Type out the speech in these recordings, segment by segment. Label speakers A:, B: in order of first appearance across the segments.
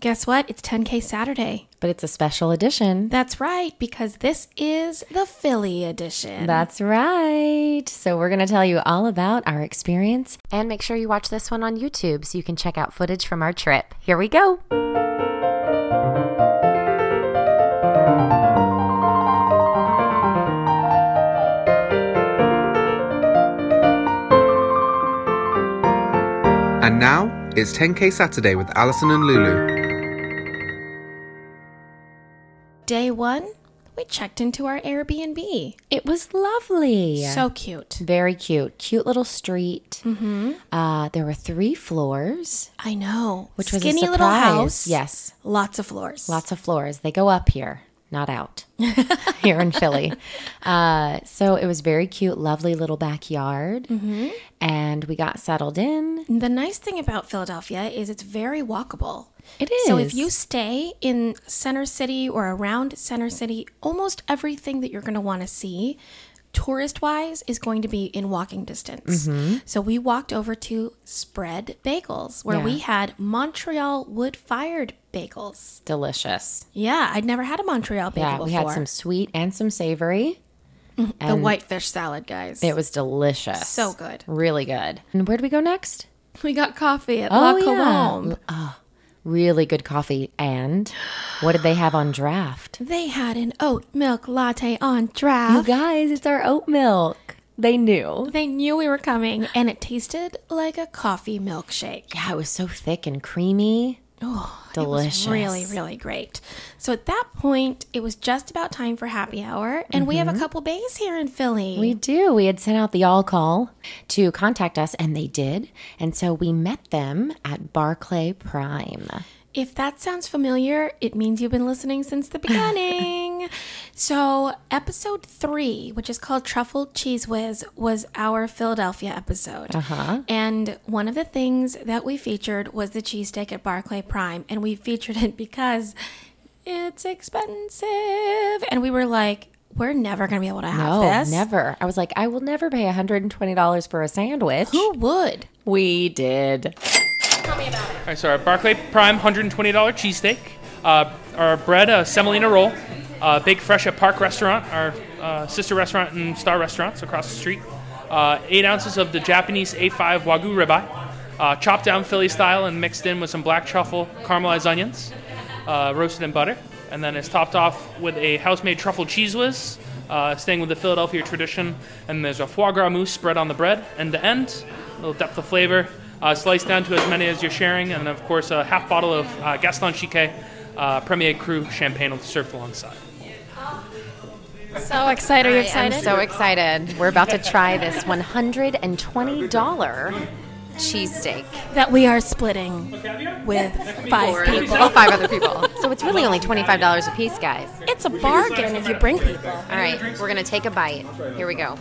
A: Guess what? It's 10K Saturday.
B: But it's a special edition.
A: That's right, because this is the Philly edition.
B: That's right. So we're going to tell you all about our experience. And make sure you watch this one on YouTube so you can check out footage from our trip. Here we go.
C: And now it's 10K Saturday with Allison and Lulu.
A: Day one, we checked into our Airbnb.
B: It was lovely.
A: So cute.
B: very cute. Cute little street. Mm-hmm. Uh, there were three floors,
A: I know.
B: which was a
A: Skinny little
B: surprise.
A: house.
B: Yes.
A: Lots of floors.
B: lots of floors. They go up here, not out here in Philly. Uh, so it was very cute, lovely little backyard. And we got settled in.
A: The nice thing about Philadelphia is it's very walkable.
B: It
A: So if
B: is.
A: you stay in Center City or around Center City, almost everything that you're going to want to see tourist wise is going to be in walking distance.
B: Mm-hmm.
A: So we walked over to Spread Bagels where
B: Yeah.
A: we had Montreal wood fired bagels.
B: Delicious.
A: Yeah, I'd never had a Montreal bagel
B: Yeah,
A: before.
B: we had some sweet and some savory.
A: the whitefish salad, guys.
B: It was delicious.
A: So good.
B: Really good. And where do we go next?
A: we got coffee at La
B: Oh, yeah.
A: Colombe.
B: Really good coffee. And what did they have on draft?
A: They had an oat milk latte on draft.
B: You guys, it's our oat milk. They knew.
A: They knew we were coming, and it tasted like a coffee milkshake.
B: Yeah, it was so thick and creamy.
A: Oh,
B: Delicious.
A: It was really, really great. So at that point, it was just about time for happy hour, and we have a couple bays here in Philly.
B: Mm-hmm. We do. We had sent out the all call to contact us, and they did. And so we met them at Barclay Prime.
A: if that sounds familiar, it means you've been listening since the beginning. so, episode three, which is called Truffle Cheese Whiz, was our Philadelphia episode. Uh-huh. And one of the things that we featured was the cheesesteak at Barclay Prime. And we featured it because it's expensive. And we were like, we're never going to be able to have
B: Oh,
A: this.
B: never. I was like, I will never pay $120 for a sandwich.
A: Who would?
B: We did.
D: All right, so our Barclay Prime $120 cheesesteak, uh, our bread, a semolina roll, uh, Big Fresh at Park Restaurant, our uh, sister restaurant and star restaurants across the street, uh, eight ounces of the Japanese A5 Wagyu ribeye, uh, chopped down Philly style and mixed in with some black truffle, caramelized onions, uh, roasted in butter, and then it's topped off with a house-made truffle cheese whiz, uh, staying with the Philadelphia tradition. And there's a foie gras mousse spread on the bread, end to end, a little depth of flavor, uh, sliced down to as many as you're sharing, and of course a half bottle of uh, Gaston Chiquet uh, Premier Cru champagne served alongside.
E: So excited. Are you excited?
B: I'm so excited. We're about to try this $120 cheesesteak.
A: That we are splitting with five people.
B: Oh, five other people. So it's really only $25 a piece, guys.
A: It's a bargain if you bring people.
B: All right, we're gonna take a bite. Here we go.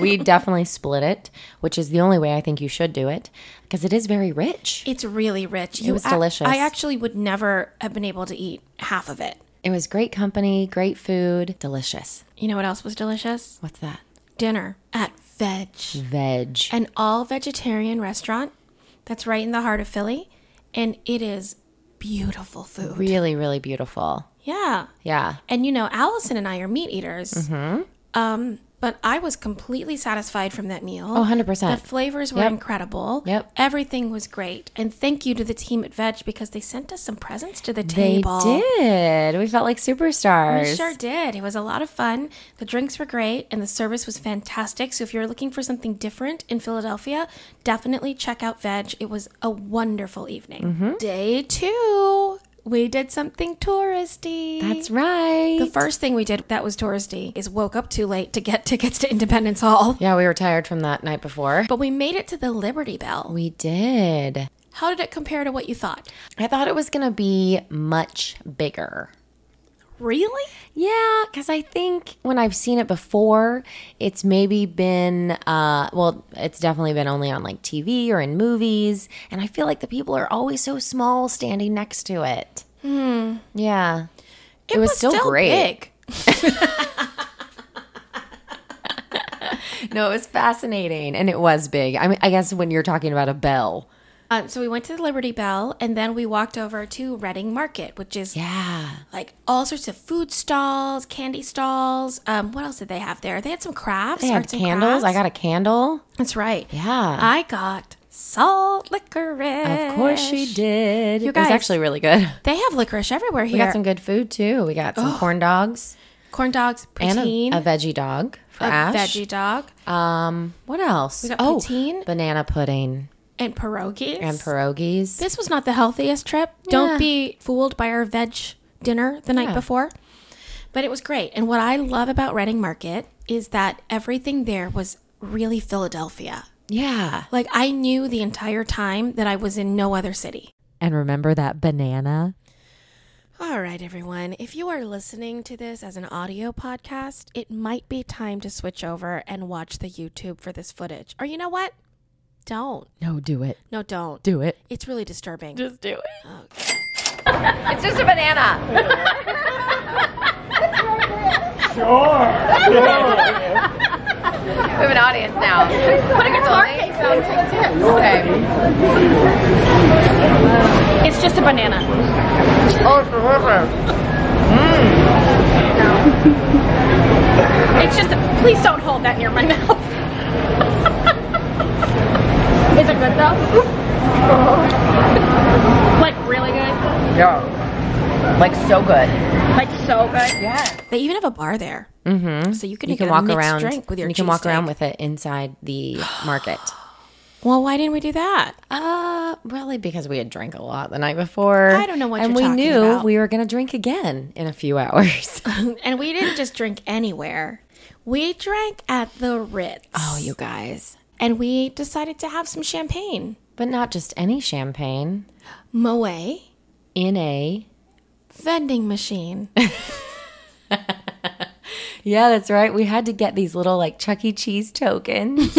B: we definitely split it, which is the only way I think you should do it, because it is very rich.
A: It's really rich. It
B: was delicious.
A: I actually would never have been able to eat half of it.
B: It was great company, great food, delicious.
A: You know what else was delicious?
B: What's that?
A: Dinner at Veg,
B: Veg.
A: an all vegetarian restaurant that's right in the heart of Philly, and it is beautiful food.
B: Really, really beautiful.
A: Yeah.
B: Yeah.
A: And you know, Allison and I are meat eaters. Um,
B: Mm-hmm.
A: but I was completely satisfied from that meal.
B: Oh, 100%.
A: The flavors were
B: Yep.
A: incredible.
B: Yep.
A: Everything was great. And thank you to the team at Veg because they sent us some presents to the
B: They
A: table.
B: did. We felt like
A: We
B: superstars.
A: sure did. It was a lot of fun. The drinks were great and the service was fantastic. So if you're looking for something different in Philadelphia, definitely check out Veg. It was a wonderful evening.
B: Mm-hmm.
A: Day two, we did something touristy.
B: That's right.
A: the first thing we did that was touristy is woke up too late to get tickets to Independence Hall.
B: yeah, we were tired from that night before.
A: But we made it to the Liberty Bell.
B: We did.
A: How did it compare to what you thought?
B: I thought it was gonna be much bigger.
A: Really?
B: Yeah, because I think when I've seen it before, it's maybe been, uh, well, it's definitely been only on like TV or in movies. And I feel like the people are always so small standing next to it. Hmm. Yeah. It, was, still, great.
A: big.
B: No, it was fascinating. And it was big. I mean, I guess when you're talking about a bell,
A: Um, so we went to the Liberty Bell and then we walked over to Reading Market, which is
B: Yeah.
A: like all sorts of food stalls, candy stalls. Um, what else did they have there? They had some crafts.
B: They had
A: arts and
B: candles. I
A: crafts.
B: got a candle.
A: That's right.
B: Yeah.
A: I got salt licorice.
B: Of course she did.
A: You
B: it was
A: guys-
B: actually really good.
A: They have licorice everywhere
B: We
A: here.
B: got some good food too. We got some corn dogs
A: corn dogs,
B: and a,
A: Oh, poutine,
B: a veggie dog for
A: a
B: Ash.
A: veggie dog,
B: Um, what else?
A: We got
B: oh,
A: poutine.
B: banana pudding
A: and pierogies.
B: and pierogies.
A: this was not the healthiest trip.
B: Yeah.
A: Don't be fooled by our veg dinner the night
B: Yeah.
A: before. But it was great. And what I love about Reading Market is that everything there was really Philadelphia.
B: yeah.
A: Like I knew the entire time that I was in no other city.
B: And remember that banana?
A: All right, everyone. If you are listening to this as an audio podcast, it might be time to switch over and watch the YouTube for this footage. Or you know what? Don't.
B: No, do it.
A: No, don't.
B: Do it.
A: It's really disturbing.
B: Just do it.
E: It's just a banana. sure. we have an audience now. Put a guitar. Okay.
F: It's just a banana. It's just a. Please don't hold that near my mouth. Is it good though? like really good?
E: Yeah. Like so good.
F: Like so good?
E: Yeah.
A: They even have a bar there, mm-hmm. so you can
B: You can
A: get a
B: walk
A: mixed
B: around.
A: drink with your.
B: you can walk
A: cheesesteak.
B: around with it inside the market.
A: Well, why didn't we do that?
B: Uh, really because we had drank a lot the night before.
A: I don't know what
B: and
A: you're
B: we
A: talking
B: knew
A: about.
B: we were going to drink again in a few hours.
A: Um, and we didn't just drink anywhere. We drank at the Ritz.
B: oh, you guys!
A: And we decided to have some champagne.
B: But not just any champagne
A: Moet
B: in a.
A: vending machine.
B: Yeah, that's right. We had to get these little like Chuck E. Cheese tokens.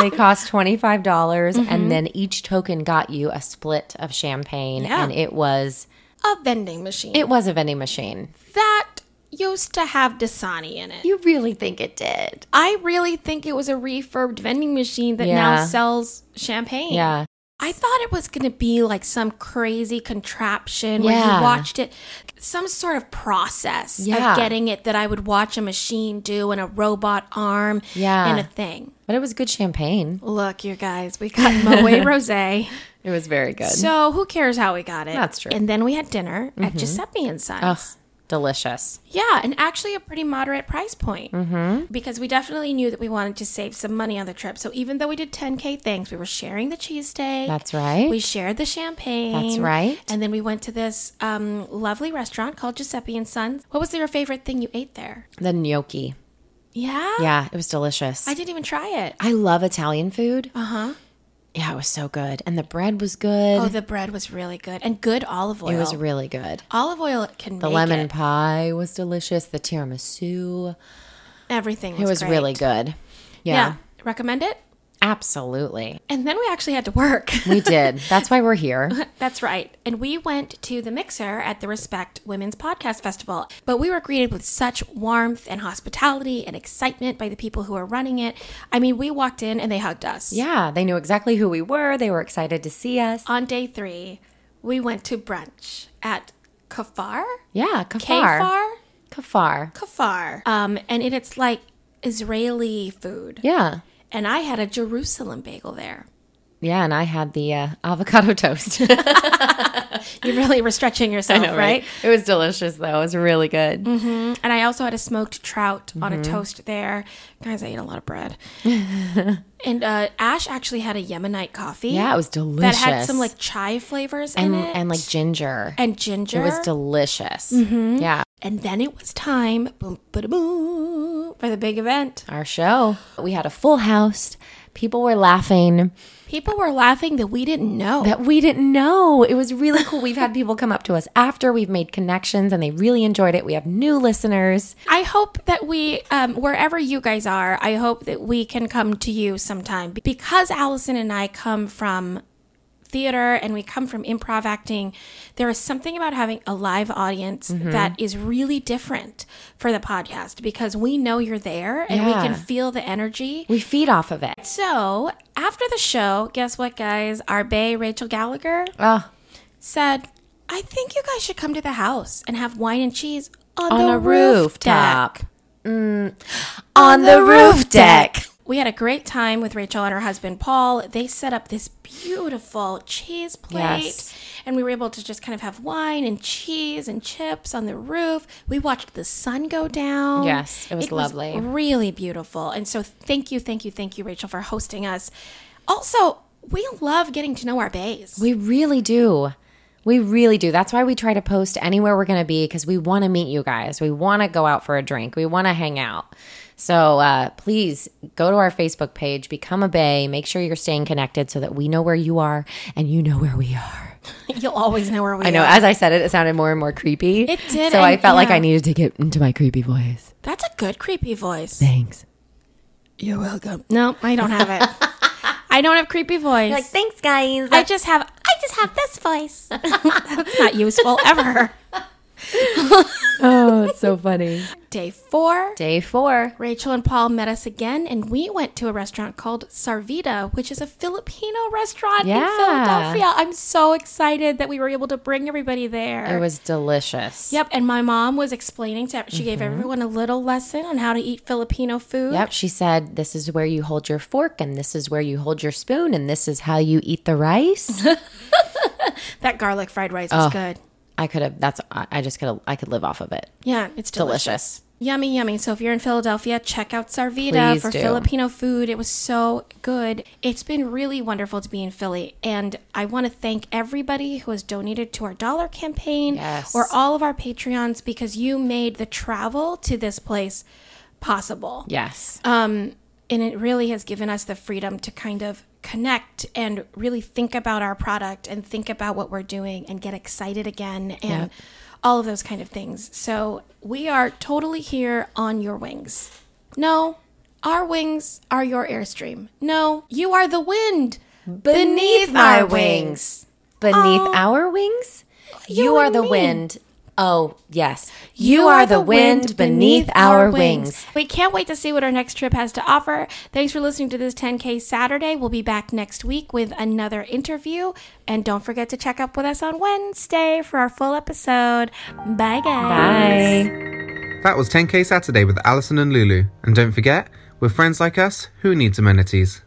B: they cost twenty five dollars, and then each token got you a split of champagne,
A: Yeah.
B: and it was
A: a vending machine.
B: it was a vending machine.
A: that used to have Dasani in it.
B: You really think it did?
A: I really think it was a refurbed vending machine that
B: Yeah.
A: now sells champagne.
B: Yeah.
A: I thought it was going to be like some crazy contraption where
B: Yeah.
A: you watched it, some sort of process
B: Yeah.
A: of getting it that I would watch a machine do and a robot arm
B: Yeah.
A: and a thing.
B: But it was good champagne.
A: Look, you guys, we got Moet Rose.
B: It was very good.
A: So who cares how we got it?
B: That's true. Mm-hmm.
A: And then we had dinner at Giuseppe and Sons.
B: Ugh, delicious.
A: Yeah, and actually a pretty moderate price point mm-hmm. because we definitely knew that we wanted to save some money on the trip. So even though we did 10K things, we were sharing the cheesesteak.
B: That's right.
A: We shared the champagne.
B: That's right.
A: And then we went to this um, lovely restaurant called Giuseppe and Sons. What was your favorite thing you ate there?
B: The gnocchi.
A: Yeah.
B: Yeah, it was delicious.
A: I
B: I,
A: didn't even try it.
B: love Italian food. Uh huh. Yeah, it was so good. And the bread was good.
A: Oh, the bread was really good and good olive oil.
B: it was really good.
A: olive oil can
B: The lemon pie was delicious. The tiramisu.
A: everything. Was
B: It was
A: great.
B: really good. Yeah.
A: Yeah. recommend it.
B: Absolutely.
A: And then we actually had to work.
B: We did. That's why we're here.
A: That's right. And we went to the mixer at the Respect Women's Podcast Festival, but we were greeted with such warmth and hospitality and excitement by the people who are running it. I mean, we walked in and they hugged us.
B: Yeah, they knew exactly who we were. They were excited to see us.
A: On day three, we went to brunch at Kafar.
B: Yeah, kafar.
A: Kafar?
B: Kafar.
A: Kafar. Um, and it, it's like Israeli food.
B: Yeah.
A: And I had a Jerusalem bagel there.
B: Yeah, and I had the uh, avocado toast.
A: You really were stretching yourself, right? Mm-hmm.
B: It was delicious though. It was really good.
A: And I also had a smoked trout on
B: Mm-hmm.
A: a toast there. Guys, I ate a lot of bread. and uh, Ash actually had a Yemenite coffee.
B: Yeah, it was
A: That
B: delicious.
A: had some like chai flavors
B: and
A: in it.
B: and like ginger.
A: and Mm-hmm. ginger.
B: It was delicious. Yeah.
A: and then it was time boom, ba boom, for the big event.
B: Our show. We had a full house. People were laughing
A: People were laughing that we didn't know.
B: that we didn't know. It was really cool. We've had people come up to us after. We've made connections and they really enjoyed it. We have new listeners.
A: I hope that we, um, wherever you guys are, I hope that we can come to you sometime because Allison and I come from theater and we come from improv acting, there is something about having a live audience that is really different for the podcast because we know you're there and we can
B: Yeah.
A: feel the energy.
B: We feed off of it.
A: So after the show, guess what, guys? Our Bay Rachel Gallagher
B: Oh,
A: said, "I think you guys should come to the house and have wine and cheese on,
B: on
A: the
B: a
A: roof
B: rooftop.
A: deck."
B: On the roof deck.
A: We had a great time with Rachel and her husband Paul. They set up this beautiful cheese plate,
B: Yes.
A: and we were able to just kind of have wine and cheese and chips on the roof. We watched the sun go down.
B: Yes, it was lovely.
A: Oh, really beautiful. And so, thank you, thank you, thank you, Rachel, for hosting us. Also, we love getting to know our bays.
B: We really do. We really do. That's why we try to post anywhere we're going to be because we want to meet you guys. We want to go out for a drink. We want to hang out. So uh, please go to our Facebook page, become a Bay. Make sure you're staying connected so that we know where you are and you know where we are.
A: You'll always know where we
B: I know.
A: are.
B: As I said it, it sounded more and more creepy.
A: It did,
B: So I
A: and-
B: felt like
A: yeah.
B: I needed to get into my creepy voice.
A: That's a good creepy voice.
B: Thanks.
A: You're welcome. No, I don't have it. I don't have creepy voice.
B: thanks, guys.
A: I just have I just have this voice. That's not useful ever.
B: oh, it's so funny.
A: Day four.
B: Day four.
A: Rachel and Paul met us again, and we went to a restaurant called Sarvita, which is a Filipino restaurant in
B: Yeah.
A: Philadelphia. I'm so excited that we were able to bring everybody there.
B: It was delicious.
A: yep, and my mom was explaining to she gave everyone a little lesson on how to eat Filipino food.
B: Mm-hmm. Yep, she said, This is where you hold your fork, and this is where you hold your spoon, and this is how you eat the rice.
A: That garlic fried rice was good.
B: I could have, that's, I I just could have, I could live off of it.
A: Yeah, it's delicious.
B: Delicious.
A: Yummy, yummy. So if you're in Philadelphia, check out Sarvita
B: Please
A: for
B: do.
A: Filipino food. It was so good. It's been really wonderful to be in Philly. And I want to thank everybody who has donated to our dollar campaign
B: Yes.
A: or all of our Patreons because you made the travel to this place possible.
B: Yes.
A: And it really has given us the freedom to kind of connect and really think about our product and think about what we're doing and get excited again and
B: Yep.
A: all of those kind of things. So we are totally here on your wings. No, our wings are your airstream. No, you are the wind beneath,
B: our wings. Beneath our wings, uh, you,
A: you
B: are
A: and
B: the
A: me.
B: wind. Oh, yes. You, are, the wind, beneath, our wings.
A: We can't wait to see what our next trip has to offer. Thanks for listening to this 10K Saturday. We'll be back next week with another interview. And don't forget to check up with us on Wednesday for our full episode. Bye, guys.
B: Bye.
C: That was 10K Saturday with Allison and Lulu. And don't forget, with friends like us, who needs amenities?